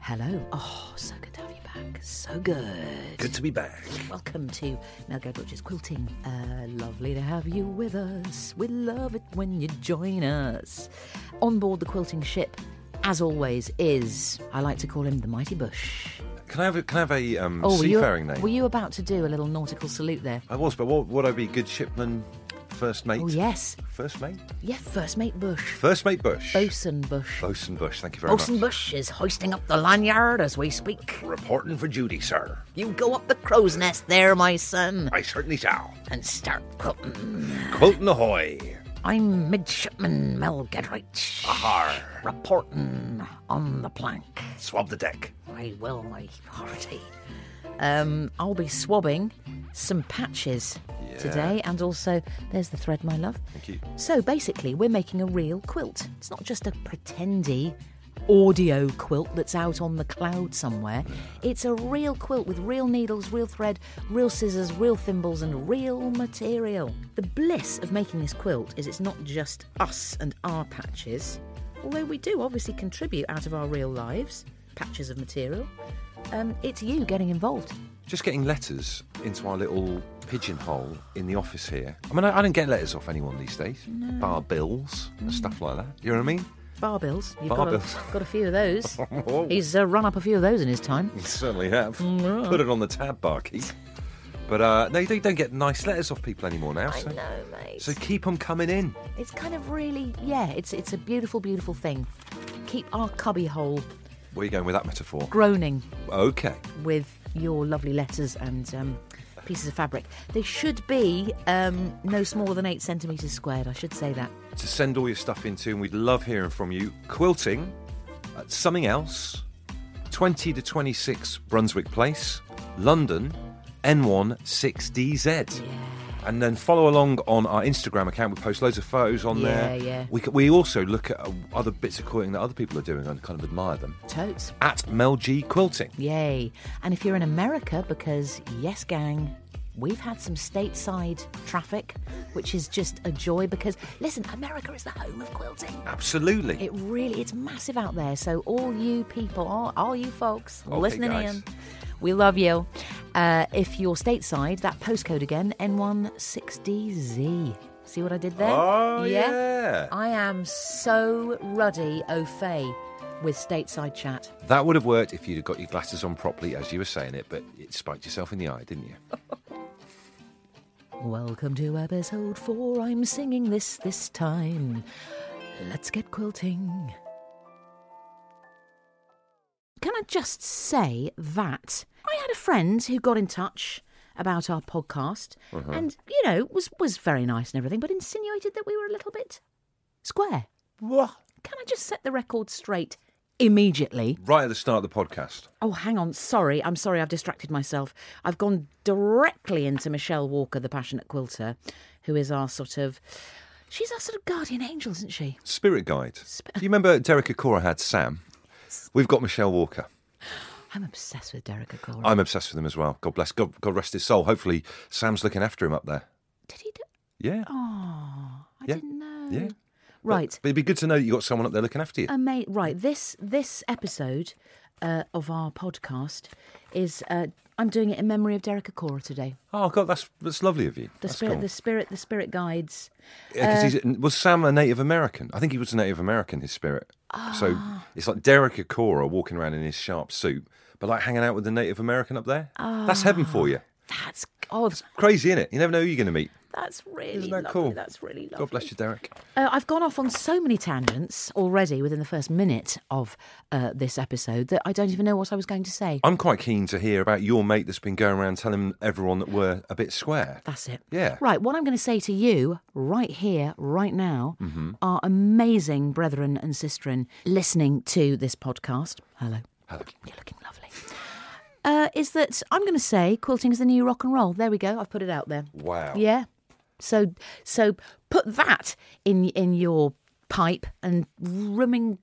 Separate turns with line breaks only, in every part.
Hello. Oh, so good to have you back. So good.
Good to be back.
Welcome to Melgo Butcher's Quilting. Uh, lovely to have you with us. We love it when you join us. On board the quilting ship, as always, is I like to call him the Mighty Bush.
Can I have a, can I have a um,
were Oh, you,
seafaring name?
were you about to do a little nautical salute there?
I was, but what, would I be? Good shipman, first mate.
Oh, yes.
First mate.
Yeah, First Mate Bush.
First mate Bush.
Bosun Bush.
Bosun Bush. Thank you very
Bosun
much.
Bush is hoisting up the lanyard as we speak.
Reporting for duty, sir.
You go up the crow's nest there, my son,
I certainly shall.
and start quilting.
Quilton ahoy.
I'm Midshipman Mel Gedrich.
Har.
Reporting on the plank.
Swab the deck.
I will, my hearty. Um, I'll be swabbing some patches
Yeah.
today, and also there's the thread, my love.
Thank you.
So basically, we're making a real quilt. It's not just a pretendy audio quilt that's out on the cloud somewhere. It's a real quilt with real needles, real thread, real scissors, real thimbles, and real material. The bliss of making this quilt is it's not just us and our patches, although we do obviously contribute out of our real lives, patches of material. Um, it's you getting involved.
Just getting letters into our little pigeonhole in the office here. I mean, I, I don't get letters off anyone these days, bar bills and stuff like that. You know what I mean?
Bar bills. You've
Bar
got,
bills.
A, got a few of those.
Whoa.
He's uh, run up a few of those in his time.
You certainly have. Put it on the tab, Barkeep. But uh, no, you don't get nice letters off people anymore now. so.
know, mate.
So keep on coming in.
It's kind of really, yeah, it's it's a beautiful, beautiful thing. Keep our cubbyhole
Where are you going with that metaphor?
groaning
Okay.
with your lovely letters and um, pieces of fabric. They should be um, no smaller than eight centimetres squared, I should say that.
To send all your stuff into, and we'd love hearing from you. Quilting at something else, 20 to 26 Brunswick Place, London, N1 6DZ. And then follow along on our Instagram account. We post loads of photos on
Yeah,
there.
yeah.
We, c- we also look at uh, other bits of quilting that other people are doing and kind of admire them.
Totes.
At Mel G Quilting.
Yay. And if you're in America, because yes, gang, we've had some stateside traffic, which is just a joy because, listen, America is the home of quilting.
Absolutely.
It really, it's massive out there. So all you people, all, all you folks
Okay,
listening
guys.
in, we love you. Uh, if you're stateside, that postcode again, N16DZ. See what I did there?
Oh, yeah.
I am so ruddy au fait with stateside chat.
That would have worked if you'd have got your glasses on properly as you were saying it, but it spiked yourself in the eye, didn't you?
Welcome to episode four. I'm singing this this time. Let's get quilting. Can I just say that I had a friend who got in touch about our podcast and, you know, was, was very nice and everything, but insinuated that we were a little bit square.
What?
Can I just set the record straight immediately?
Right at the start of the podcast.
Oh, hang on. Sorry. I'm sorry. I've distracted myself. I've gone directly into Michelle Walker, the passionate quilter, who is our sort of. She's our sort of guardian angel, isn't she?
Spirit guide. Do you remember Derek Acora had Sam? We've got Michelle Walker.
I'm obsessed with Derek Agora.
I'm obsessed with him as well. God bless. God, God rest his soul. Hopefully, Sam's looking after him up there.
Did he do.
Yeah.
Oh, I
Yeah.
didn't know.
Yeah.
Right. Uh,
But it'd be good to know that you got someone up there looking after you.
Ama- right. This this episode uh, of our podcast is. Uh, I'm doing it in memory of Derek Acora today.
oh, God, that's that's lovely of you.
The
that's
spirit,
cool.
the spirit, the spirit guides. Uh,
Yeah, 'cause he's, was Sam a Native American? I think he was a Native American, his spirit. So
Ah.
it's like Derek Acora walking around in his sharp suit, but like hanging out with the Native American up there.
Ah.
That's heaven for you.
That's oh,
Crazy, innit? You never know who you're going to meet.
that's really
Isn't that
lovely.
cool?
That's really lovely.
God bless you, Derek.
Uh, I've gone off on so many tangents already within the first minute of uh, this episode that I don't even know what I was going to say.
I'm quite keen to hear about your mate that's been going around telling everyone that we're a bit square.
That's it.
Yeah.
Right, what I'm going to say to you right here, right now,
Mm-hmm.
are amazing brethren and sistren listening to this podcast. Hello.
Hello.
You're looking lovely. Uh, is that I'm going to say quilting is the new rock and roll. There we go. I've put it out there.
Wow.
Yeah. So so put that in in your pipe and rimming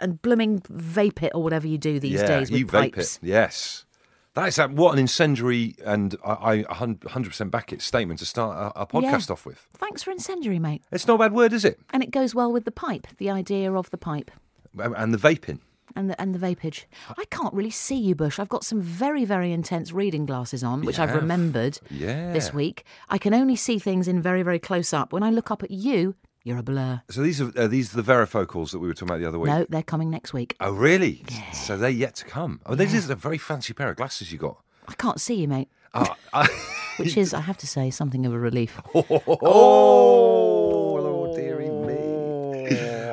and blooming vape it or whatever you do these
Yeah,
days with
you vape
pipes.
it. Yes. That is that, what an incendiary and I, I 100% back it statement to start a, a podcast off with.
Thanks for incendiary, mate.
It's not a bad word, is it?
And it goes well with the pipe, the idea of the pipe.
And and the vaping.
and the, and the vapage. I can't really see you, Bush. I've got some very, very intense reading glasses on, which I've
have.
remembered
Yeah.
this week. I can only see things in very, very close up. When I look up at you, you're a blur.
So these are, are these the varifocals that we were talking about the other week?
No, they're coming next week.
Oh, really? So they're yet to come. Oh, this is a very fancy pair of glasses you got.
I can't see you, mate.
Ah, ah.
Which is, I have to say, something of a relief.
oh, oh, dearie me.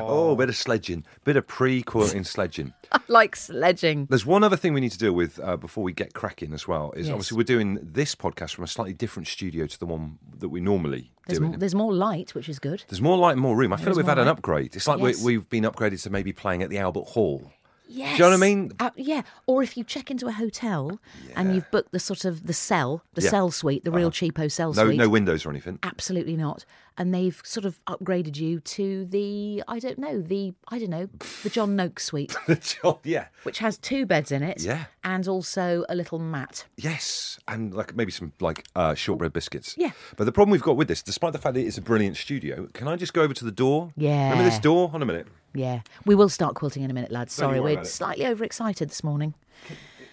Oh, bit of sledging, bit of pre-quilting sledging.
I like sledging.
There's one other thing we need to deal with uh, before we get cracking as well. Is
Yes.
obviously we're doing this podcast from a slightly different studio to the one that we normally
There's,
do. it
m-
in.
there's more light, which is good.
There's more light and more room. I feel like
There's
we've had
more
an
light.
upgrade. It's like
Yes.
we, we've been upgraded to maybe playing at the Albert Hall.
Yes.
Do you know what I mean?
Uh, yeah. Or if you check into a hotel and you've booked the sort of the cell, the
Yeah. Uh-huh.
cell suite, the real cheapo cell
No,
suite.
no windows or anything.
Absolutely not. And they've sort of upgraded you to the I don't know the I don't know the John Noakes suite,
Oh, yeah.
which has two beds in it.
Yeah.
And also a little mat.
Yes, and like maybe some like uh, shortbread biscuits.
Yeah.
But the problem we've got with this, despite the fact that it is a brilliant studio, can I just go over to the door? Remember this
Yeah.
door? Hold on a minute.
Yeah. We will start quilting in a minute, lads.
Don't you
Sorry,
worry
we're
about it.
slightly overexcited this morning.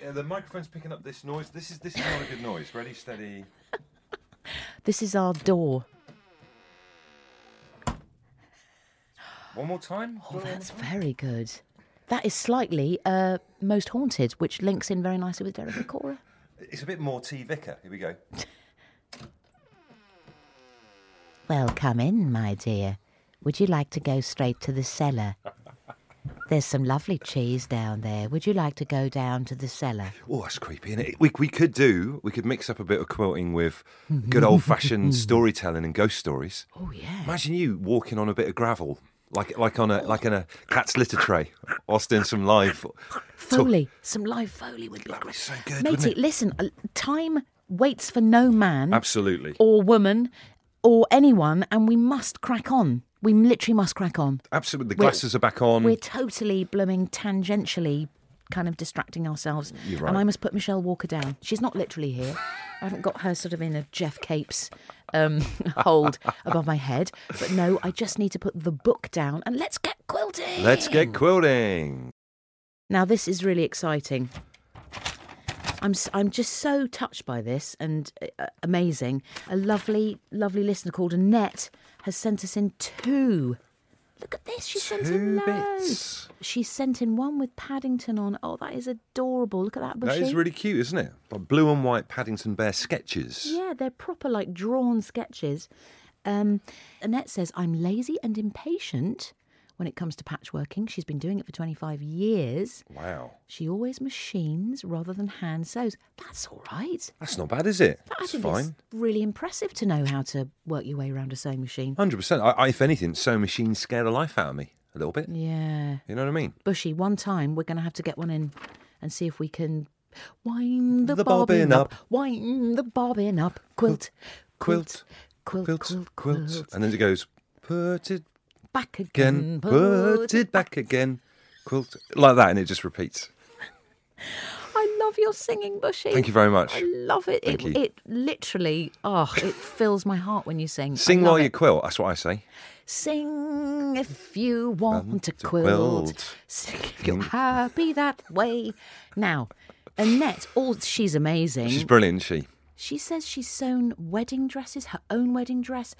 Uh, the microphone's picking up this noise. This is this is not a good noise. Ready, steady.
This is our door.
One more time.
Oh, that's very good. That is slightly uh, most haunted, which links in very nicely with Derek and Cora.
It's a bit more T Vicar. Here we go.
Well, come in, my dear. Would you like to go straight to the cellar? There's some lovely cheese down there. Would you like to go down to the cellar?
Oh, that's creepy. is We we could do we could mix up a bit of quilting with good old fashioned storytelling and ghost stories.
Oh, yeah.
Imagine you walking on a bit of gravel, like like on a like on a cat's litter tray, whilst doing some live.
Foley. Some live Foley would be great.
so good, wouldn't
Matey,
it?
listen, uh, time waits for no man
Absolutely.
Mm-hmm. or woman or anyone, and we must crack on. We literally must crack on.
Absolutely. The glasses are back on.
We're totally blooming tangentially kind of distracting ourselves.
You're
And
right.
I must put Michelle Walker down. She's not literally here. I haven't got her sort of in a Jeff Capes um, hold above my head. But no, I just need to put the book down and let's get quilting.
Let's get quilting.
Now, this is really exciting. I'm, s- I'm just so touched by this and uh, amazing. A lovely, lovely listener called Annette has sent us in two. Look at this. She sent in
Two
loads.
bits.
She sent in one with Paddington on. Oh, that is adorable. Look at that
That
bushy.
is really cute, isn't it? Like blue and white Paddington Bear sketches.
Yeah, they're proper like drawn sketches. Um, Annette says, I'm lazy and impatient when it comes to patchworking. She's been doing it for 25 years.
Wow.
She always machines rather than hand sews. That's all right.
That's not bad, is it?
I
That's
think
fine.
it's really impressive to know how to work your way around a sewing machine.
100%. I, I, if anything, sewing machines scare the life out of me a little bit.
Yeah.
You know what I mean?
Bushy, one time we're going to have to get one in and see if we can wind the,
The
bobbin,
bobbin
up.
up.
wind the bobbin up, quilt,
Quilt,
quilt, quilt, quilt,
Quilt,
quilt,
quilt. And then it goes, put it
back again,
again, put it back again, quilt. Like that, and it just repeats.
I love your singing, Bushy.
Thank you very much.
I love it.
Thank
it,
you.
it literally, oh, it fills my heart when you sing. I
Sing
love
while
it.
you quilt, that's what I say.
Sing if you want to
to
quilt.
quilt.
Sing if you're happy that way. Now, Annette, all she's amazing.
She's brilliant, isn't she?
She says she's sewn wedding dresses, her own wedding dress,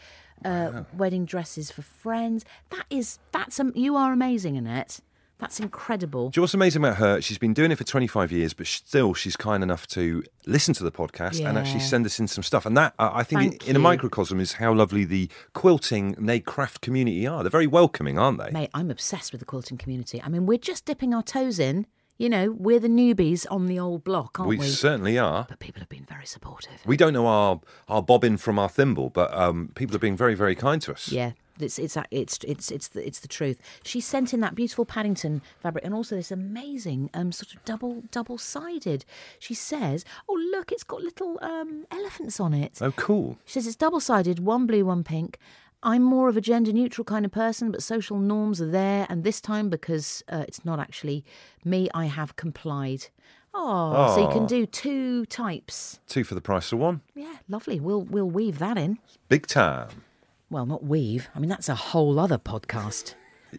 uh, wedding dresses for friends. That is that's um, you are amazing, Annette. That's incredible.
Do you know what's amazing about her? She's been doing it for 25 years, but still she's kind enough to listen to the podcast and actually
Yeah.
send us in some stuff. And that, I I think,
Thank
in, in a
you.
microcosm, is how lovely the quilting, nay, craft community are. They're very welcoming, aren't they?
Mate, I'm obsessed with the quilting community. I mean, we're just dipping our toes in. You know, we're the newbies on the old block, aren't
we
we?
certainly are.
But people have been very supportive.
We don't know our, our bobbin from our thimble, but um, people are being very, very kind to us.
Yeah, it's it's a- it's it's it's the, it's the truth. She sent in that beautiful Paddington fabric and also this amazing um sort of double double sided. She says, "Oh look, it's got little um elephants on it."
Oh, cool.
She says it's double sided, one blue, one pink. I'm more of a gender neutral kind of person, but social norms are there. And this time, because uh, it's not actually me, I have complied. Oh, so you can
Aw.
do two types.
Two for the price of one.
Yeah, lovely. We'll we'll weave that in.
Big time.
Well, not weave. I mean, that's a whole other podcast.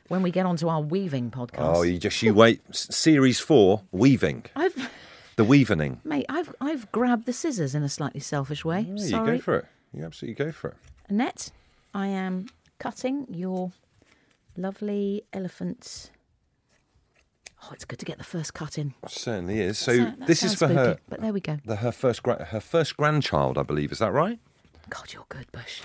when we get onto our weaving podcast.
Oh, you just you wait. S- Series four, weaving,
I've,
the weavening.
mate, I've I've grabbed the scissors in a slightly selfish way.
Yeah,
Sorry,
You go for it. You absolutely go for it.
Annette. I am cutting your lovely elephant. Oh, it's good to get the first cut in.
It certainly is. So
That- that
this is
sounds
for her.
spooky, But there we go.
The, her first gra- her first grandchild, I believe. Is that right?
God, you're good, Bush.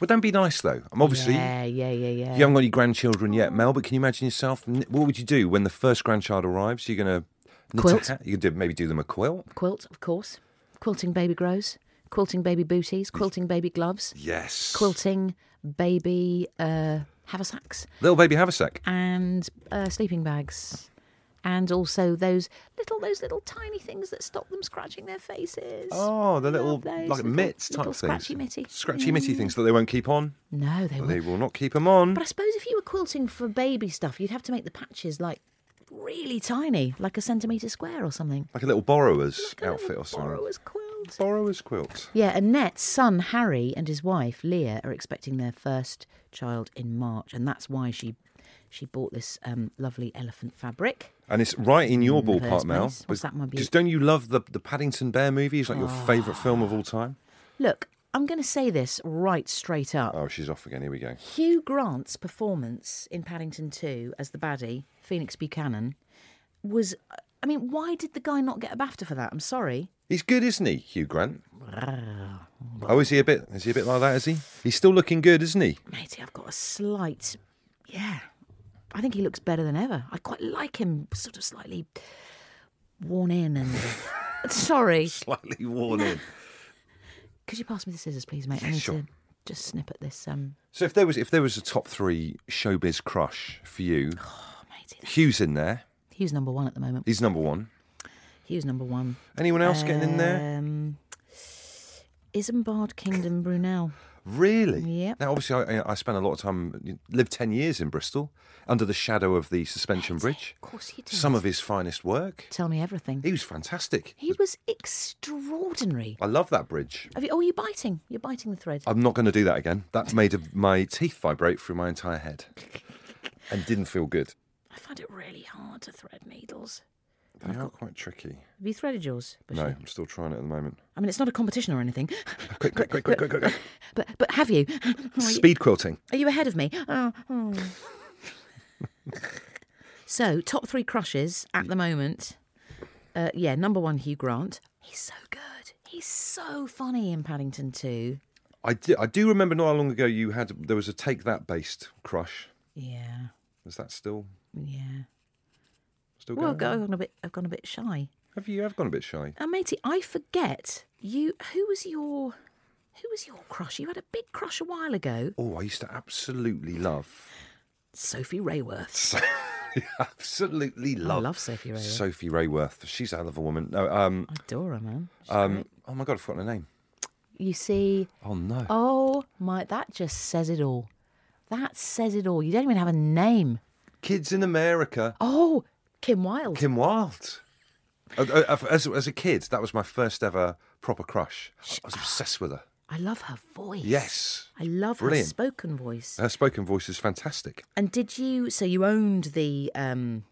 Well, don't be nice though. I'm obviously
Yeah, yeah, yeah, yeah.
you haven't got any grandchildren yet, Mel. But can you imagine yourself? N- What would you do when the first grandchild arrives? You're gonna knit a
Quilt.
hat? You could do, maybe do them a quilt.
Quilt, of course. Quilting baby grows. Quilting baby booties. Quilting baby gloves.
Yes.
Quilting baby uh, haversacks.
Little baby haversack.
and uh, sleeping bags, and also those little those little tiny things that stop them scratching their faces.
Oh, the little
Love those
like
little-
mitts type
little
things.
scratchy mitty.
Scratchy
Yeah.
mitty things that they won't keep on.
No, they
They
won't.
will not keep them on.
But I suppose if you were quilting for baby stuff, you'd have to make the patches like really tiny, like a centimetre square or something.
Like a little borrower's
Like a
outfit
little
or something.
borrower's quilt.
Borrower's quilt.
Yeah, Annette's son Harry and his wife Leah are expecting their first child in March, and that's why she she bought this um, lovely elephant fabric.
And it's right in your
the
ballpark,
first
Mel.
place. What's that, my beaut- Oh.
Because don't you love the, the Paddington Bear movie? It's like your favourite film of all time.
Look, I'm going to say this right straight up.
Oh, she's off again. Here we go.
Hugh Grant's performance in Paddington 2 as the baddie, Phoenix Buchanan, was. I mean, why did the guy not get a BAFTA for that? I'm sorry.
He's good, isn't he, Hugh Grant? Oh, is he a bit? Is he a bit like that? Is he? He's still looking good, isn't he?
Matey, I've got a slight. Yeah. I think he looks better than ever. I quite like him, sort of slightly worn in and. sorry.
Slightly worn in.
Could you pass me the scissors, please, mate? I need
sure.
to just snip at this. Um,
So if there was if there was a top three showbiz crush for you,
oh, matey.
Hugh's in there.
Hugh's number one at the moment.
He's number one.
Hugh's number one.
Anyone else getting in there?
Um, Isambard Kingdom Brunel.
Really?
Yep.
Now, obviously, I, I- I spent a lot of time, lived 10 years in Bristol, under the shadow of the suspension bridge.
Of course he did.
Some of his finest work.
Tell me everything.
He was fantastic.
He was extraordinary.
I love that bridge.
Have you, oh, you're biting. You're biting the thread.
I'm not going to do that again. That made my teeth vibrate through my entire head and didn't feel good.
I find it really hard to thread needles.
They are quite tricky.
Have you threaded yours? Bushy?
No, I'm still trying it at the moment.
I mean, it's not a competition or anything.
Quick, quick, quick, quick, quick, quick. quick.
But but have you? Are you,
Speed quilting.
are you ahead of me? Oh, oh. so, top three crushes at the moment. Uh, yeah, number one, Hugh Grant. He's so good. He's so funny in Paddington 2.
I do, I do remember not long ago you had, there was a take that based crush.
Yeah,
Is that still,
yeah.
still
Well,
going?
I've gone, I've gone a bit. I've gone a bit shy.
Have you, I've gone a bit shy.
And matey, I forget you. Who was your, who was your crush? You had a big crush a while ago.
Oh, I used to absolutely love
Sophie Rayworth.
So- absolutely
I
love,
love Sophie Rayworth.
Sophie Rayworth. She's a hell of a woman. No, um,
I adore her, man.
um, oh my god, I've forgotten her name.
You see,
Oh no,
oh my, that just says it all. That says it all. You don't even have a name.
Kids in America.
Oh, Kim Wilde.
Kim Wilde. Uh, uh, As, as a kid, that was my first ever proper crush. I was obsessed with her.
I love her voice.
Yes,
I love
Brilliant.
her spoken voice.
her spoken voice is fantastic.
And did you? So you owned the um,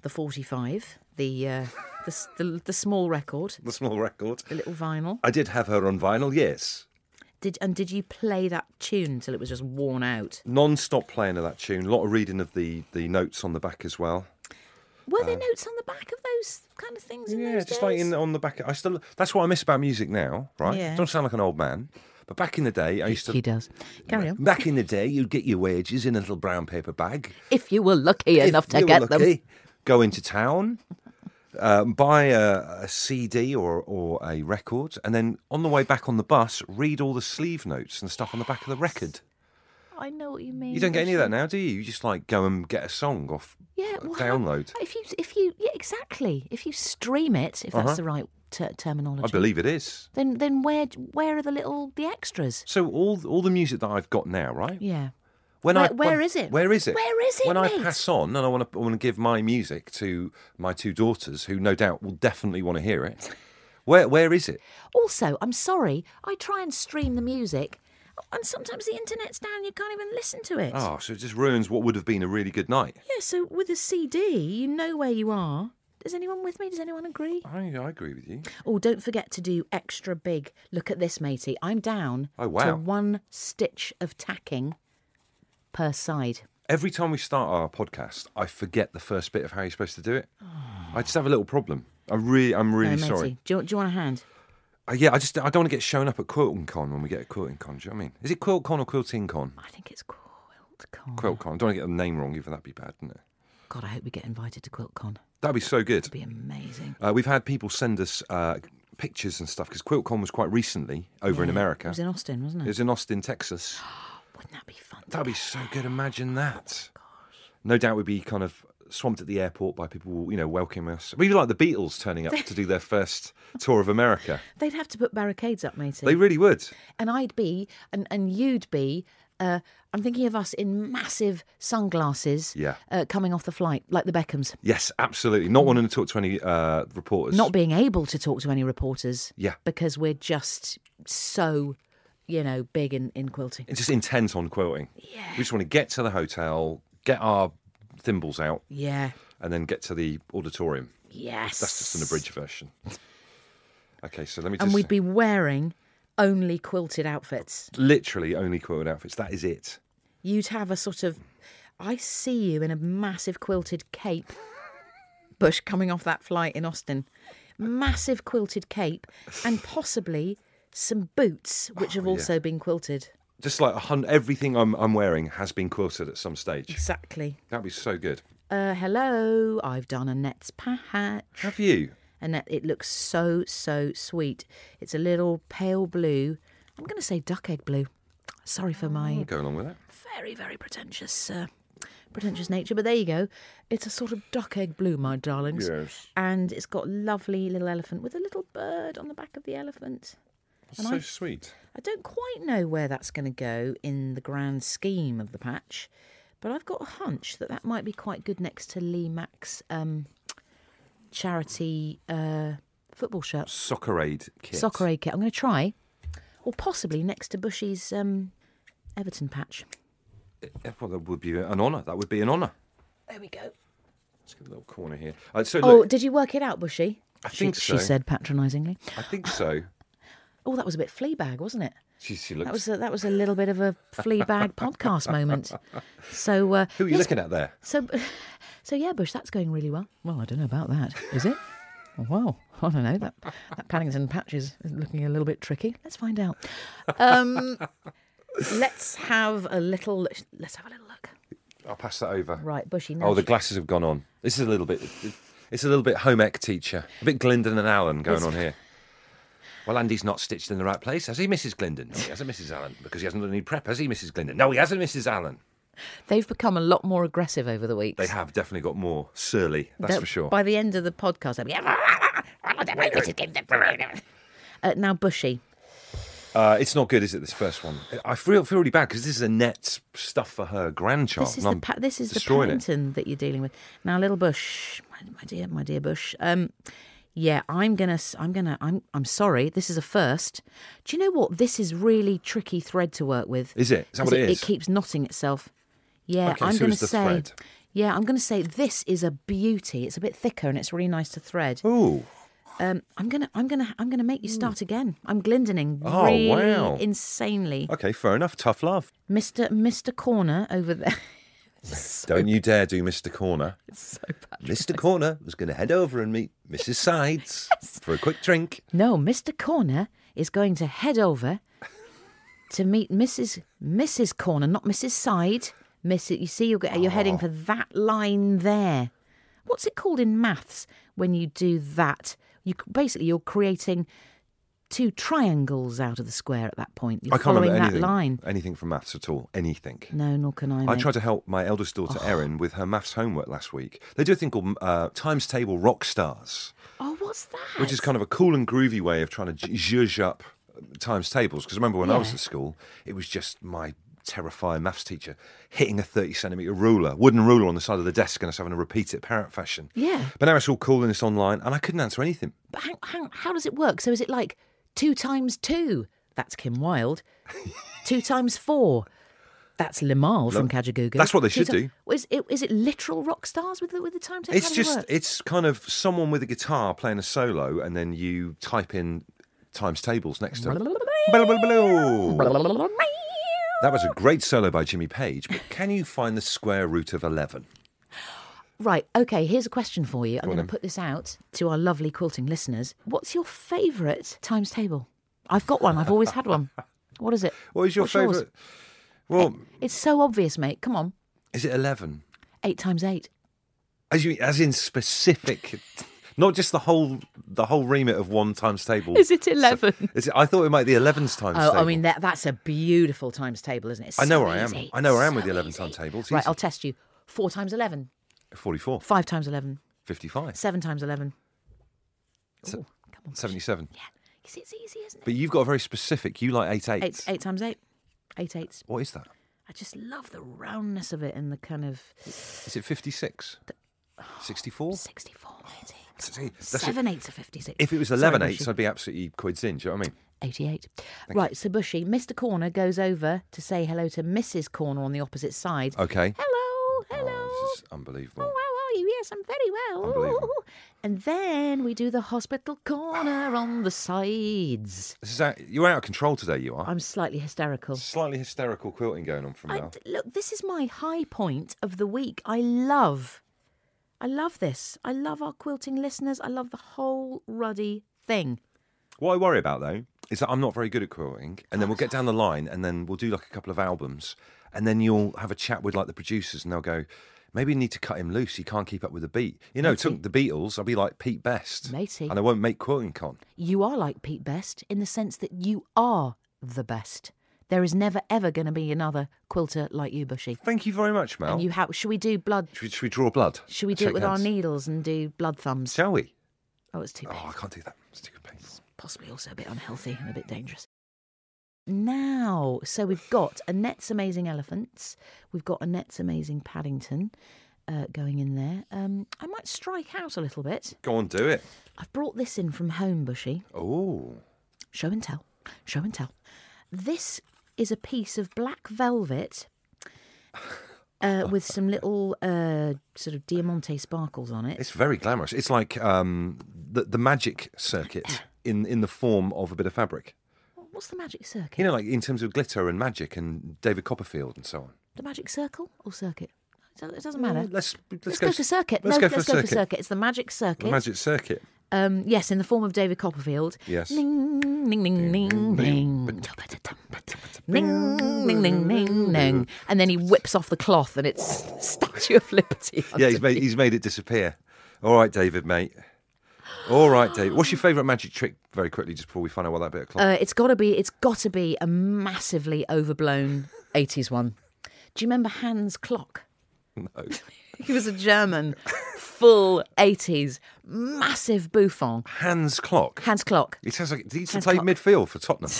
the forty five, the, uh, the s- the the small record,
The small record.
the little vinyl.
I did have her on vinyl. Yes,
Did and did you play that tune till it was just worn out?
non-stop playing of that tune. A lot of reading of the the notes on the back as well.
Were there notes on the back of those kind of things? In
Uh, Yeah,
those
just like
days?
in on the back. I still that's what I miss about music now, right?
Yeah.
Don't sound like an old man, but back in the day, I used
he
to.
does. Carry on.
Back in the day, you'd get your wages in a little brown paper bag.
If you were lucky
If
enough to
you were
get them,
lucky, Go into town, um, buy a, a CD or or a record, and then on the way back on the bus, read all the sleeve notes and stuff on the back of the record.
I know what you mean.
You don't get any of that now, do you? You just like go and get a song off
Yeah,
uh,
well, how-
download.
If you, if you, yeah, exactly. If you stream it, if that's the right ter- terminology,
I believe Uh-huh. it is.
then then where where are the little the extras?
So all all the music that I've got now, right?
Yeah.
When I,
Where- where
when-
is it?
Where is it?
Where is it,
When I
mate?
pass on and I want to want to give my music to my two daughters, who no doubt will definitely want to hear it. Where where is it?
Also, I'm sorry, I try and stream the music and sometimes the internet's down, you can't even listen to it.
Oh, so it just ruins what would have been a really good night.
Yeah, so with a CD, you know where you are. Is anyone with me? Does anyone agree?
I, I agree with you.
Oh, don't forget to do extra big. Look at this, matey. I'm down
Oh, wow.
to one stitch of tacking per side.
Every time we start our podcast, I forget the first bit of how you're supposed to do it. I just have a little problem. I really, I'm really
no, matey,
sorry.
Do, you, do you want a hand?
Uh, yeah, I just I don't want to get shown up at Quilting Con when we get a Quilting Con. Do you know what I mean? Is it Quilt Con or Quilting Con?
I think it's QuiltCon.
Quilt Con. I don't want to get the name wrong, even that'd be bad, wouldn't it?
God, I hope we get invited to QuiltCon.
That'd be so good.
It'd be amazing.
Uh, we've had people send us uh, pictures and stuff because QuiltCon was quite recently over in
It
America.
was in Austin, wasn't
It
it?
was in Austin, Texas.
Wouldn't that be fun?
That'd be so good. Imagine that. No doubt we'd be kind of swamped at the airport by people, you know, welcoming us. We'd be like the Beatles turning up to do their first tour of America.
They'd have to put barricades up, matey.
They really would.
and I'd be, and, and you'd be, uh, I'm thinking of us in massive sunglasses
Yeah.
uh, coming off the flight, like the Beckhams,
Yes, absolutely. Not wanting to talk to any uh, reporters.
not being able to talk to any reporters
Yeah.
because we're just so, you know, big in, in quilting.
It's just intent on quilting. Yeah. We just want to get to the hotel, get our thimbles out,
Yeah.
and then get to the auditorium.
Yes.
That's just an abridged version. Okay, so let me just.
And we'd be wearing only quilted outfits.
literally only quilted outfits. That is it.
You'd have a sort of, I see you in a massive quilted cape, Bush coming off that flight in Austin. Massive quilted cape and possibly some boots, which have also been quilted.
Just like a hun- everything I'm, I'm wearing has been quilted at some stage.
Exactly.
That'd be so good.
Uh, hello, I've done Annette's patch.
Have you?
Annette, it looks so, so sweet. It's a little pale blue. I'm going to say duck egg blue. Sorry for my
Go along with that.
very, very pretentious, uh, pretentious nature. But there you go. It's a sort of duck egg blue, my darlings.
Yes.
And it's got lovely little elephant with a little bird on the back of the elephant.
so sweet.
I don't quite know where that's going to go in the grand scheme of the patch, but I've got a hunch that that might be quite good next to Lee Mack's um, charity uh, football shirt,
Soccer aid kit.
soccer aid kit. I'm going to try, or possibly next to Bushy's um, Everton patch.
Yeah, Eh, Well, that would be an honour. That would be an honour.
There we go.
Let's get a little corner here. Uh, so,
Oh,
look,
did you work it out, Bushy?
I think
she,
so.
she said patronisingly.
I think so.
Oh, that was a bit Fleabag, wasn't it?
She, she looks.
That was a, that was a little bit of a Fleabag podcast moment. So uh,
Who are you
yes,
looking at there?
So, so yeah, Bush, that's going really well. Well, I don't know about that. Is it? Well, I don't know. That that Paddington patch is is looking a little bit tricky. Let's find out. Um, let's have a little. Let's have a little look.
I'll pass that over.
Right, Bushy. Now
Oh, the glasses have gone on. This is a little bit. It's a little bit home ec teacher. A bit Glendon and Allen going on here. Well, Andy's not stitched in the right place, has he, Mrs. Glendon? No, he hasn't, Mrs. Allen, because he hasn't done any prep, has he, Mrs. Glendon? No, he hasn't, Mrs. Allen.
they've become a lot more aggressive over the weeks.
They have definitely got more surly, that's
That-
for sure.
By the end of the podcast, "Ah, I'll be. Uh, now, Bushy.
Uh, it's not good, is it? This first one. I feel feel really bad because this is a net stuff for her grandchild.
This is
and
the
I'm
pa- this is the
Oh, destroying it.
Paddington that you're dealing with now, little Bush, my, my dear, my dear Bush. Um, yeah, I'm gonna, s- I'm gonna, I'm, I'm sorry. This is a first. Do you know what? This is really tricky thread to work with.
Is it? Is that
'Cause
what it
it
is?
It keeps knotting itself. Yeah,
Okay,
I'm
so
gonna
is the
say.
thread.
Yeah, I'm gonna say this is a beauty. It's a bit thicker and it's really nice to thread.
Ooh,
Um, I'm gonna, I'm gonna, I'm gonna make you start again. I'm glindening
Mm. Oh,
really
wow. Uh,
insanely,
okay, fair enough. Tough love.
Mister Mister Corner over there.
Don't you dare do Mr. Corner.
so bad.
Mr. Corner was going to head over and meet Mrs. Sides for a quick drink.
No, Mr. Corner is going to head over to meet Mrs. Mrs. Corner, not Mrs. Side. Mrs. You see, you're, get- you're heading
Oh.
for that line there. What's it called in maths when you do that? You c- basically you're creating two triangles out of the square at that point. You're
I can't
following
remember
that
anything,
line.
anything from maths at all. Anything.
No, Oh. nor can I.
I
mate.
tried to help my eldest daughter Erin with her maths homework last week. They do a thing called uh, Times Table Rock Stars,
Oh, what's that?
which is kind of a cool and groovy way of trying to j- zhuzh up times tables. Because remember when I was
Yeah.
at school, it was just my terrifying maths teacher hitting a 30 centimetre ruler, wooden ruler on the side of the desk and us having to repeat it parrot fashion.
Yeah.
But now it's all cool and it's online and I couldn't answer anything.
But hang, hang, how does it work? So is it like two times two? That's Kim Wilde. Two times four. That's Limal from Kajagoogoo.
That's what they
Two
should do.
Is it, is it literal rock stars with the, with the time table?
It's
How does it
just
work?
it's kind of someone with a guitar playing a solo, and then you type in times tables next to. it. That was a great solo by Jimmy Page, but can you find the square root of 11?
Right, okay, here's a question for you. I'm going to put this out to our lovely quilting listeners. What's your favourite times table? I've got one, I've always had one. What is it?
What is your
What's yours?
favourite? Well,
It's so obvious, mate. Come on.
is it 11?
Eight times eight.
As you as in specific, not just the whole the whole remit of one times table.
Is it 11?
Is it, I thought it might be 11's times
Oh,
table.
I mean, that, that's a beautiful times table, isn't it? It's
I know
so
where I am.
easy.
I know where I am
So
with the 11
easy.
time table. It's
Right,
easy.
I'll test you. Four times 11,
44,
five times 11,
55,
seven times 11. Oh,
Se-
come on.
77.
Yeah, 'cause it's easy, isn't it?
But you've got a very specific. You like eight eights.
Eight, eight times eight. Eight eights.
What is that?
I just love the roundness of it and the kind of
Is it 56? 64?
64, matey.
See, that's it.
Oh, Seven eights of 56.
If it was
Sorry,
11
Bushy.
eights, I'd be absolutely quids in. Do you know what I mean?
88. Right, so Bushy, Mr. Corner goes over to say hello to Mrs. Corner on the opposite side.
Okay. Oh.
Hello, hello.
This is unbelievable.
Oh, how are you? Yes, I'm very well.
Unbelievable.
And then we do the hospital corner on the sides.
This is out, you're out of control today, you are.
I'm slightly hysterical.
Slightly hysterical quilting going on from
I-
now.
look, this is my high point of the week. I love, I love this. I love our quilting listeners. I love the whole ruddy thing.
What I worry about, though, is that I'm not very good at quilting. And then we'll get down the line and then we'll do like a couple of albums. And then you'll have a chat with like the producers and they'll go, maybe you need to cut him loose. He can't keep up with the beat. You know, it took the Beatles, I'll be like Pete Best.
Matey.
And I won't make quilting con.
You are like Pete Best in the sense that you are the best. There is never ever going to be another quilter like you, Bushy.
Thank you very much, Mel.
And you have. Should we do blood?
Should we, should we draw blood?
Should we do
Shake
it with
hands?
our needles and do blood thumbs?
Shall we?
Oh, it's too
Oh, I
painful.
can't do that. It's too painful.
Possibly also a bit unhealthy and a bit dangerous. Now, so we've got Annette's Amazing Elephants. We've got Annette's Amazing Paddington uh, going in there. Um, I might strike out a little bit.
Go on, do it.
I've brought this in from home, Bushy.
Oh,
Show and tell. Show and tell. This is a piece of black velvet uh, with some little uh, sort of diamante sparkles on it.
it's very glamorous. It's like um, the the magic circuit in in the form of a bit of fabric.
What's the magic circuit?
You know, like in terms of glitter and magic and David Copperfield and so on.
the magic circle or circuit? It doesn't- It doesn't matter.
Mm, Let's let's,
Let's, go,
s-
for circuit.
Let's
no,
go
let's
for
go
circuit.
for circuit. It's the magic circuit.
The magic circuit.
um, yes, in the form of David Copperfield.
Yes.
Ning, ning, ning, ning, ning. Ning, ning, ning, ning, ning. And then he whips off the cloth and it's Statue of Liberty.
Yeah, he's made he's made it disappear. All right, David, mate. All right, David. What's your favourite magic trick? Very quickly, just before we find out what that bit of cloth.
Uh, it's got to be. It's got to be a massively overblown '80s one. Do you remember Hans Klock?
no.
He was a German, full '80s, massive bouffon.
Hans Clock.
Hans Klock.
He sounds like he used to
Hans
play
Klock.
midfield for Tottenham.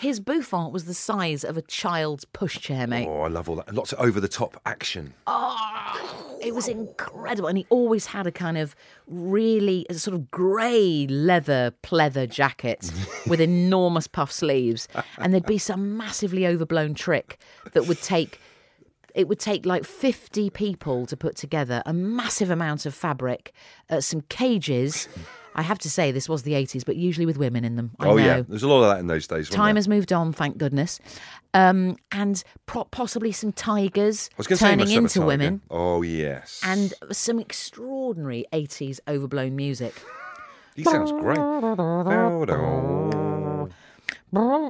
His bouffon was the size of a child's pushchair, mate.
Oh, I love all that. Lots of over the top action.
Oh, it was incredible, and he always had a kind of really a sort of grey leather pleather jacket with enormous puff sleeves, and there'd be some massively overblown trick that would take. It would take like 50 people to put together a massive amount of fabric, uh, some cages. I have to say, this was the 80s, but usually with women in them. I know.
oh, yeah. There's a lot of that in those days. wasn't
Time
there?
has moved on, thank goodness. Um, and pro- possibly some tigers
I was gonna say you
turning
must have a
into
tiger.
women
Oh, yes.
and some extraordinary 80s overblown music.
He sounds great.
Oh,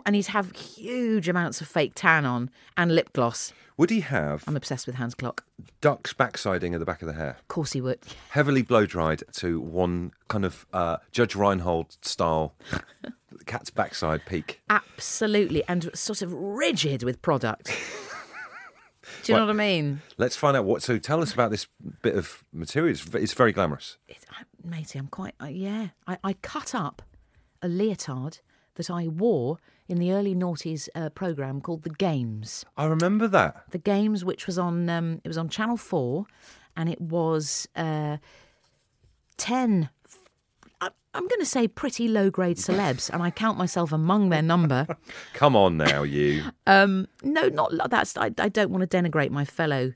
And he'd have huge amounts of fake tan on and lip gloss.
Would he have
I'm obsessed with Hans Clock.
duck's backsiding at the back of the hair,
Of course he would.
heavily blow dried to one kind of uh, Judge Reinhold style cat's backside peak?
Absolutely. And sort of rigid with product. Do you know what I mean?
Let's find out what. So tell us about this bit of material. It's, v- it's very glamorous.
It's, I, matey, I'm quite. I yeah, I, I cut up a leotard that I wore in the early noughties uh, program called The Games.
I remember that.
The Games, which was on, um, it was on Channel Four, and it was uh, ten. f- uh, I'm going to say pretty low grade celebs, and I count myself among their number.
Come on now, you.
No, not lo- that's. I, I don't want to denigrate my fellow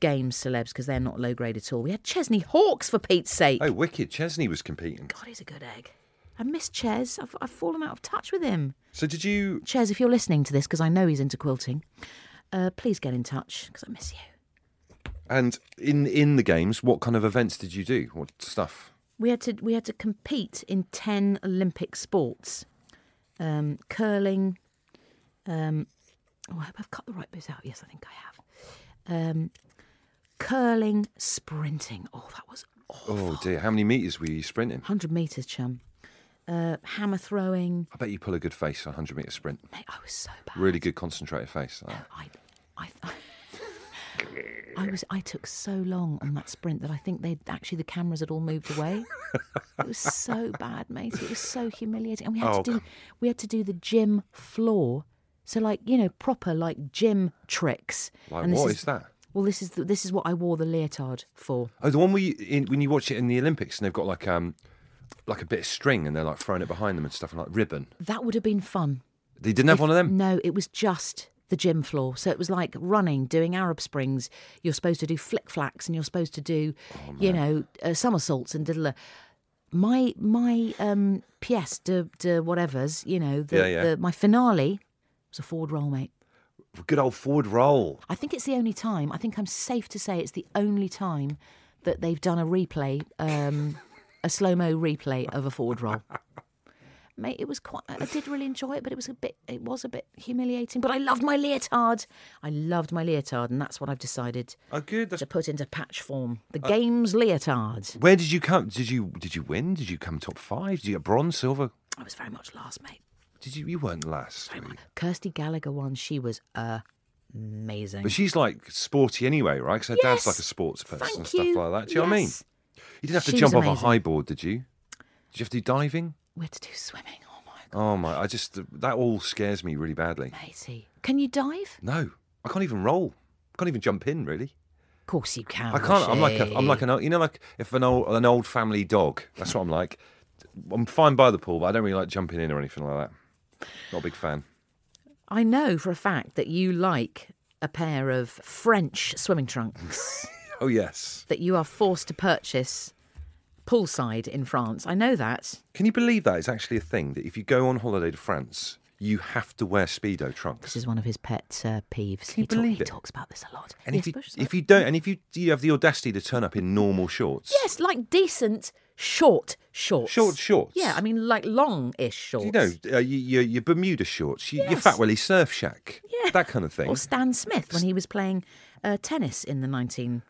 game celebs because they're not low grade at all. We had Chesney Hawks for Pete's sake.
Oh, wicked. Chesney was competing.
God, he's a good egg. I miss Ches. I've, I've fallen out of touch with him.
So did you.
Ches, if you're listening to this, because I know he's into quilting, uh, please get in touch because I miss you.
And in in the games, what kind of events did you do? What stuff?
We had to we had to compete in ten Olympic sports, um, curling. Um, oh, I hope I've cut the right bits out. Yes, I think I have. Um, curling, sprinting. Oh, that was
Oh dear, how many meters were you sprinting?
hundred meters, chum. Uh, hammer throwing.
I bet you pull a good face on a 100 meter sprint.
Oh, Mate, I was so bad.
Really good concentrated face. Uh,
I, I, I, I was. I took so long on that sprint that I think they actually the cameras had all moved away. it was so bad, mate. It was so humiliating, and we had
Oh,
to do. We had to do the gym floor. So, like you know, proper like gym tricks.
Like,
and this
what
is-
is that?
Well, this is the, this is what I wore the leotard for.
Oh, the one where you, in, when you watch it in the Olympics and they've got like um like a bit of string and they're like throwing it behind them and stuff and like ribbon.
That would have been fun.
They didn't have one of them.
No, it was just the gym floor. So it was like running, doing Arab Springs. You're supposed to do flick flacks and you're supposed to do,
Oh,
you know, uh, somersaults and diddle. My my um pièce de, de whatever's, you know, the,
Yeah, yeah.
the my finale was a forward roll, mate.
Good old forward roll.
I think it's the only time. I think I'm safe to say it's the only time that they've done a replay, um, a slow mo replay of a forward roll. Mate, it was quite. I did really enjoy it, but it was a bit. It was a bit humiliating. But I loved my leotard. I loved my leotard, and that's what I've decided
Oh, good. That's...
to put into patch form. The
Uh,
game's leotard.
Where did you come? Did you did you win? Did you come top five? Did you get bronze, silver?
I was very much last, mate.
Did you? You weren't last. were you?
Kirsty Gallagher won. She was amazing.
But she's like sporty anyway, right? Because her dad's like a
Yes.
sports person
Thank
and stuff
you.
like that. Do you know what I mean?
Yes.
You didn't have to
She was
jump off a
amazing.
high board, did you? Did you have to do diving?
We had to do swimming. Oh my god,
Oh my! I just that all scares me really badly.
matey. Can you dive?
No, I can't even roll. I can't even jump in. Really,
Of course you can.
I can't. I'm like a,
Richie.
I'm like an old, you know like if an old an old family dog. That's what I'm like. I'm fine by the pool, but I don't really like jumping in or anything like that. Not a big fan.
I know for a fact that you like a pair of French swimming trunks
Oh yes,
that you are forced to purchase poolside in France. I know that.
can you believe that it's actually a thing that if you go on holiday to France, you have to wear speedo trunks.
This is one of his pet uh, peeves.
you
he, talk-
believe
he
it?
talks about this a lot.
And
yes,
if you
Bush, sorry.
if you don't, and if you you have the audacity to turn up in normal shorts,
yes, like decent short shorts.
short shorts,
Yeah, I mean like long-ish shorts.
you know, uh, you, your, your Bermuda shorts, you, your
Yes.
Fat Willy surf shack,
Yeah.
that kind of thing.
Or Stan Smith when he was playing uh, tennis in the 19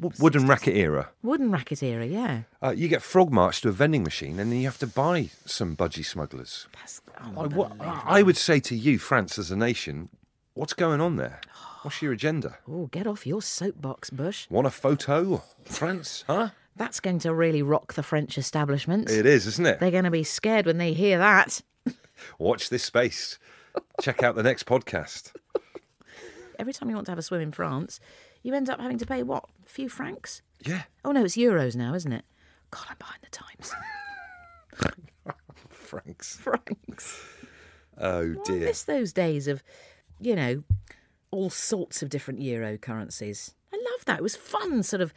W- wooden racket era.
wooden racket era. Yeah,
Uh, you get frog marched to a vending machine and then you have to buy some budgie smugglers.
that's oh
I, what, I would say to you, France as a nation, what's going on there? What's your agenda?
Oh, get off your soapbox, Bush.
Want a photo? France, huh?
That's going to really rock the French establishment.
It is, isn't it?
They're going to be scared when they hear that.
Watch this space. Check out the next podcast.
Every time you want to have a swim in France, you end up having to pay what? A few francs?
Yeah.
Oh no, it's euros now, isn't it? God, I'm behind the times.
Franks.
francs.
Oh
I
dear.
miss those days of, you know, all sorts of different euro currencies. I love that. It was fun, sort of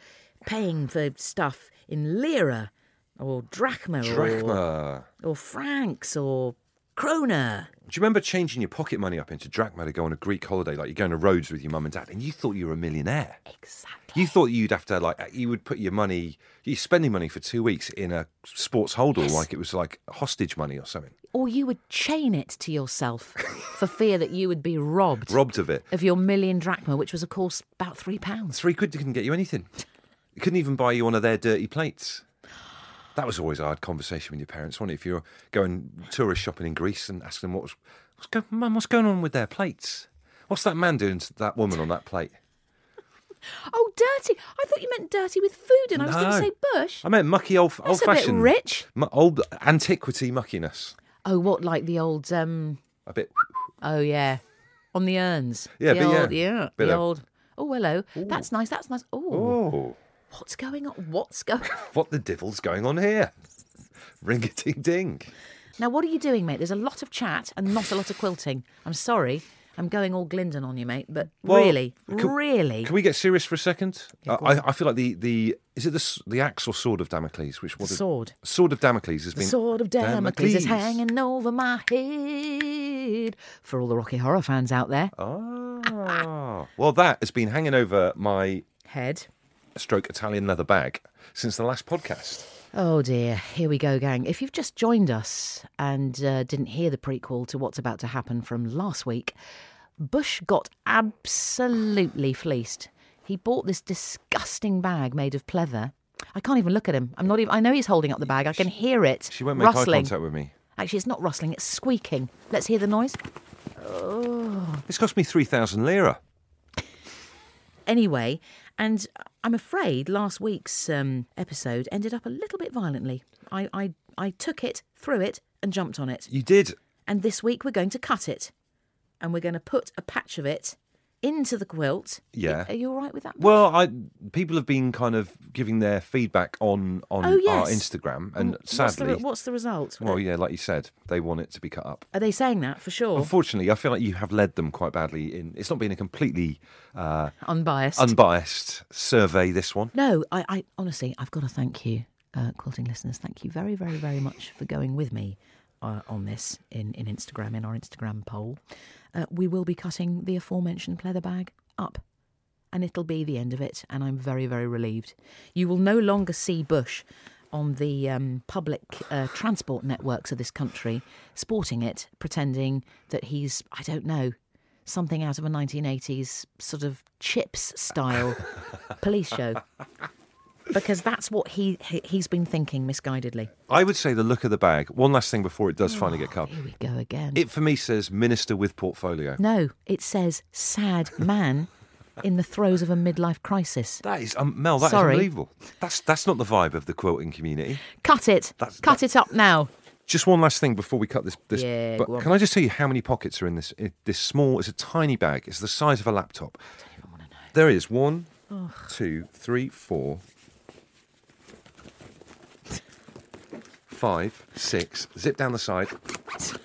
paying for stuff in lira or drachma, or-
Drachma.
Or, francs or kroner.
Do you remember changing your pocket money up into drachma to go on a Greek holiday? Like you're going to Rhodes with your mum and dad, and you thought you were a millionaire.
Exactly.
You thought you'd have to like uh, you would put your money, you're spending money for two weeks in a sports holdall, like it was like hostage money or something,
Or you would chain it to yourself for fear that you would be robbed.
robbed of it.
of your million drachma, which was, of course, about three pounds.
Three quid couldn't get you anything. It couldn't even buy you one of their dirty plates. That was always a hard conversation with your parents, wasn't it? If you're going tourist shopping in Greece and asking them what was, what's going, Mum, what's going on with their plates? What's that man doing to that woman on that plate?
Oh, dirty! I thought you meant dirty with food, and I was going
No.
to say bush.
I meant mucky old, old
That's a bit
fashioned,
rich.
mu- old antiquity muckiness.
Oh, what like the old? um
A bit.
Oh yeah, on the urns.
Yeah,
the
but yeah.
old, yeah,
Bit
the
of-
old. Oh hello, that's nice. That's nice. Oh,
Oh,
what's going on? What's going?
what the divil's going on here? Ring a ding ding.
Now, what are you doing, mate? There's a lot of chat and not a lot of quilting. I'm sorry. I'm going all Glyndon on you, mate, but
Well,
really,
can-
really.
Can we get serious for a second?
Yeah,
Uh,
go on.
I, I feel like the, the is it the s- the axe or sword of Damocles? Which what is-
sword.
Sword of Damocles has
The
been
sword of Damocles is
Damocles.
hanging over my head. For all the Rocky Horror fans out there,
Oh. Ah, well, that has been hanging over my
head.
stroke Italian leather bag since the last podcast.
Oh dear, here we go, gang. If you've just joined us and uh, didn't hear the prequel to what's about to happen from last week, Bush got absolutely fleeced. He bought this disgusting bag made of pleather. I can't even look at him. I'm not even. I know he's holding up the bag. I can hear it.
She won't make eye
rustling.
contact with me.
Actually, it's not rustling. It's squeaking. Let's hear the noise.
This cost me three thousand lira.
Anyway, and I'm afraid last week's um, episode ended up a little bit violently. I, I I took it, threw it, and jumped on it.
You did.
And this week we're going to cut it. And we're going to put a patch of it into the quilt.
Yeah.
Are you all right with that?
Well, I people have been kind of giving their feedback on on
Oh,
our
yes.
Instagram, and
what's the,
sadly,
what's the result?
well, yeah, like you said, they want it to be cut up.
Are they saying that for sure?
Unfortunately, I feel like you have led them quite badly. In it's not been a completely uh,
Unbiased.
unbiased survey. This one.
no, I, I honestly, I've got to thank you, uh, quilting listeners. Thank you very, very, very much for going with me uh, on this in, in Instagram, in our Instagram poll. Uh, we will be cutting the aforementioned pleather bag up. and it'll be the end of it. And I'm very, very relieved. You will no longer see Bush on the um, public uh, transport networks of this country sporting it, pretending that he's, I don't know, something out of a 1980s sort of chips style police show. Because that's what he, he he's been thinking misguidedly.
I would say the look of the bag. One last thing before it does finally get cut.
Here we go again.
It for me says minister with portfolio.
no, it says sad man in the throes of a midlife crisis.
That is um, Mel. That is
Sorry.
unbelievable. That's that's not the vibe of the quilting community.
Cut it.
That's-
Cut it up now.
Just one last thing before we cut this. this
Yeah,
but
go on.
can I just tell you how many pockets are in this? i this small. It's a tiny bag. It's the size of a laptop. There is one, two, three, four, five, six. Zip down the side.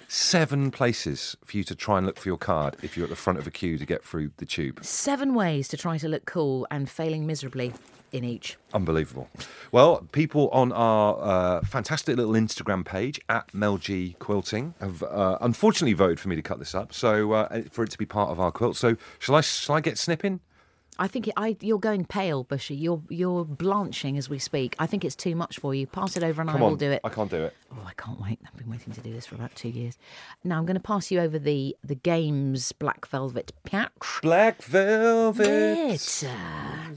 Seven places for you to try and look for your card if you're at the front of a queue to get through the tube.
Seven ways to try to look cool and failing miserably in each.
Unbelievable. Well, people on our uh, fantastic little Instagram page at Mel G Quilting have uh, unfortunately voted for me to cut this up, so uh, for it to be part of our quilt. So shall I? Shall I get snipping?
I think it, I, you're going pale, Bushy. You're you're blanching as we speak. I think it's too much for you. Pass it over, and
Come
I
on,
will do it.
I can't do it.
Oh, I can't wait. I've been waiting to do this for about two years. Now I'm going to pass you over the the games black velvet patch.
Black velvet.
It, uh,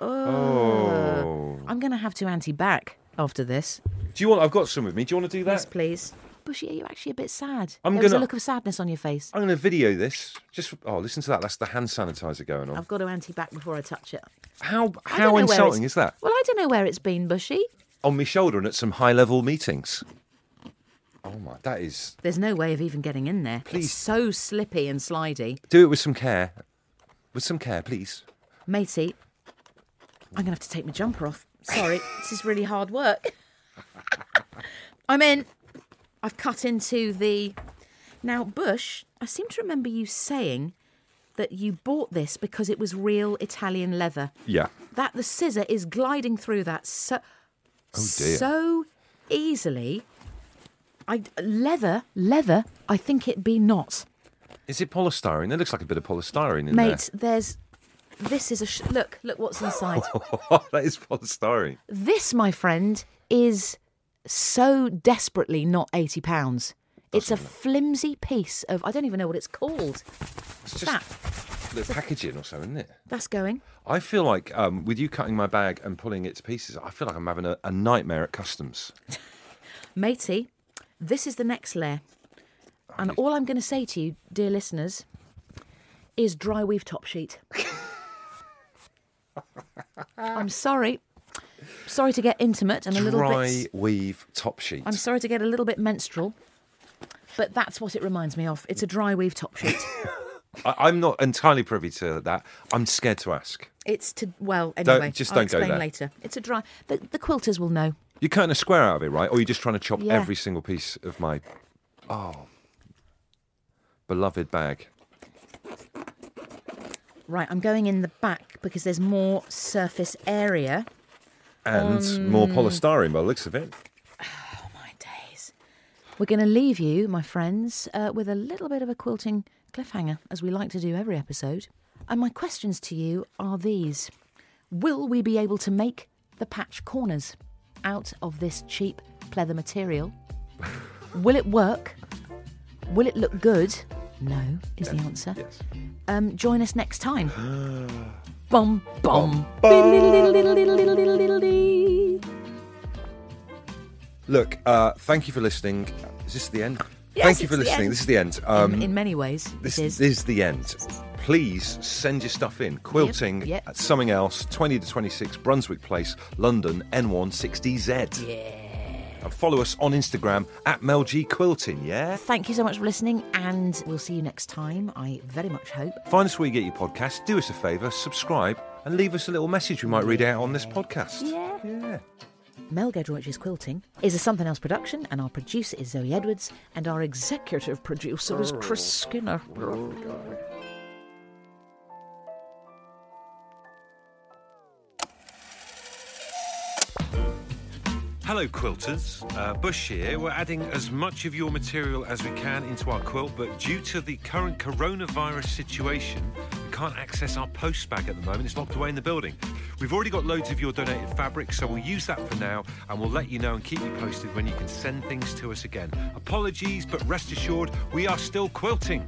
Oh.
I'm going to have to anti back after this.
Do you want? I've got some with me. Do you want to do
Yes,
that?
please. Bushy, are you actually a bit sad?
I'm
there was a
gonna-
look of sadness on your face.
I'm going to video this. Just for, oh, listen to that. That's the hand sanitizer going on.
I've got to anti back before I touch it.
How
Oh. I don't know
how
where it's-
insulting is that?
Well, I don't know where it's been, Bushy.
On my shoulder and at some high level meetings. Oh my, that is.
There's no way of even getting in there.
Please.
It's so slippy and slidey.
Do it with some care. With some care, please.
Matey, I'm going to have to take my jumper off. Sorry, this is really hard work. I'm in. I've cut into the. Now, Bush, I seem to remember you saying that you bought this because it was real Italian leather.
Yeah.
That the scissor is gliding through that so,
Oh, dear.
so easily. I leather, leather. I think it be not.
Is it polystyrene? It looks like a bit of polystyrene in
Mate, there's. This is a. Sh- look, look what's inside.
there. that is polystyrene.
this, my friend, is so desperately not £80. It's a flimsy piece of. I don't even know what it's called.
It's just
That.
the packaging or so, isn't it?
That's going.
I feel like um, with you cutting my bag and pulling it to pieces, I feel like I'm having a, a nightmare at customs.
Matey, this is the next layer.
Oh,
And all I'm going to say to you, dear listeners, is dry weave top sheet. I'm sorry. Sorry to get intimate and a little
Dry
bit.
weave top sheet.
I'm sorry to get a little bit menstrual, but that's what it reminds me of. It's a dry weave top sheet.
I, I'm not entirely privy to that. I'm scared to ask.
It's to well anyway.
just
I'll
don't go
explain
there.
later. It's a dry. The, the quilters will know.
You're cutting a square out of it, right? Or you're just trying to chop
Yeah.
every single piece of my. Oh. Beloved bag.
Right, I'm going in the back because there's more surface area.
And
Um,
more polystyrene by the looks of it.
My days. We're going to leave you, my friends, uh, with a little bit of a quilting cliffhanger, as we like to do every episode. And my questions to you are these Will we be able to make the patch corners out of this cheap pleather material? Will it work? Will it look good? No, is the answer.
Yes.
Um, join us next time. bum, bum.
Look, uh, thank you for listening. Is this the end?
Yes,
thank you
it's
for
the
listening.
end.
This is the end. Um,
in, in many ways,
This
it is.
is. the end. Please send your stuff in. Quilting
yep.
at something else, 20 to 26 Brunswick Place, London, N160Z. Yeah. And follow us on Instagram at Mel G Quilting, yeah?
Thank you so much for listening, and we'll see you next time. I very much hope.
Find us where you get your podcast, do us a favour, subscribe, and leave us a little message we might read out on this podcast.
Yeah.
Yeah.
Mel Gedroich's Quilting is a Something Else production, and our producer is Zoe Edwards, and our executive producer is Chris Skinner.
Hello, quilters. Uh, Bush here. We're adding as much of your material as we can into our quilt, but due to the current coronavirus situation, we can't access our post bag at the moment. It's locked away in the building. We've already got loads of your donated fabric, so we'll use that for now, and we'll let you know and keep you posted when you can send things to us again. Apologies, but rest assured, we are still quilting.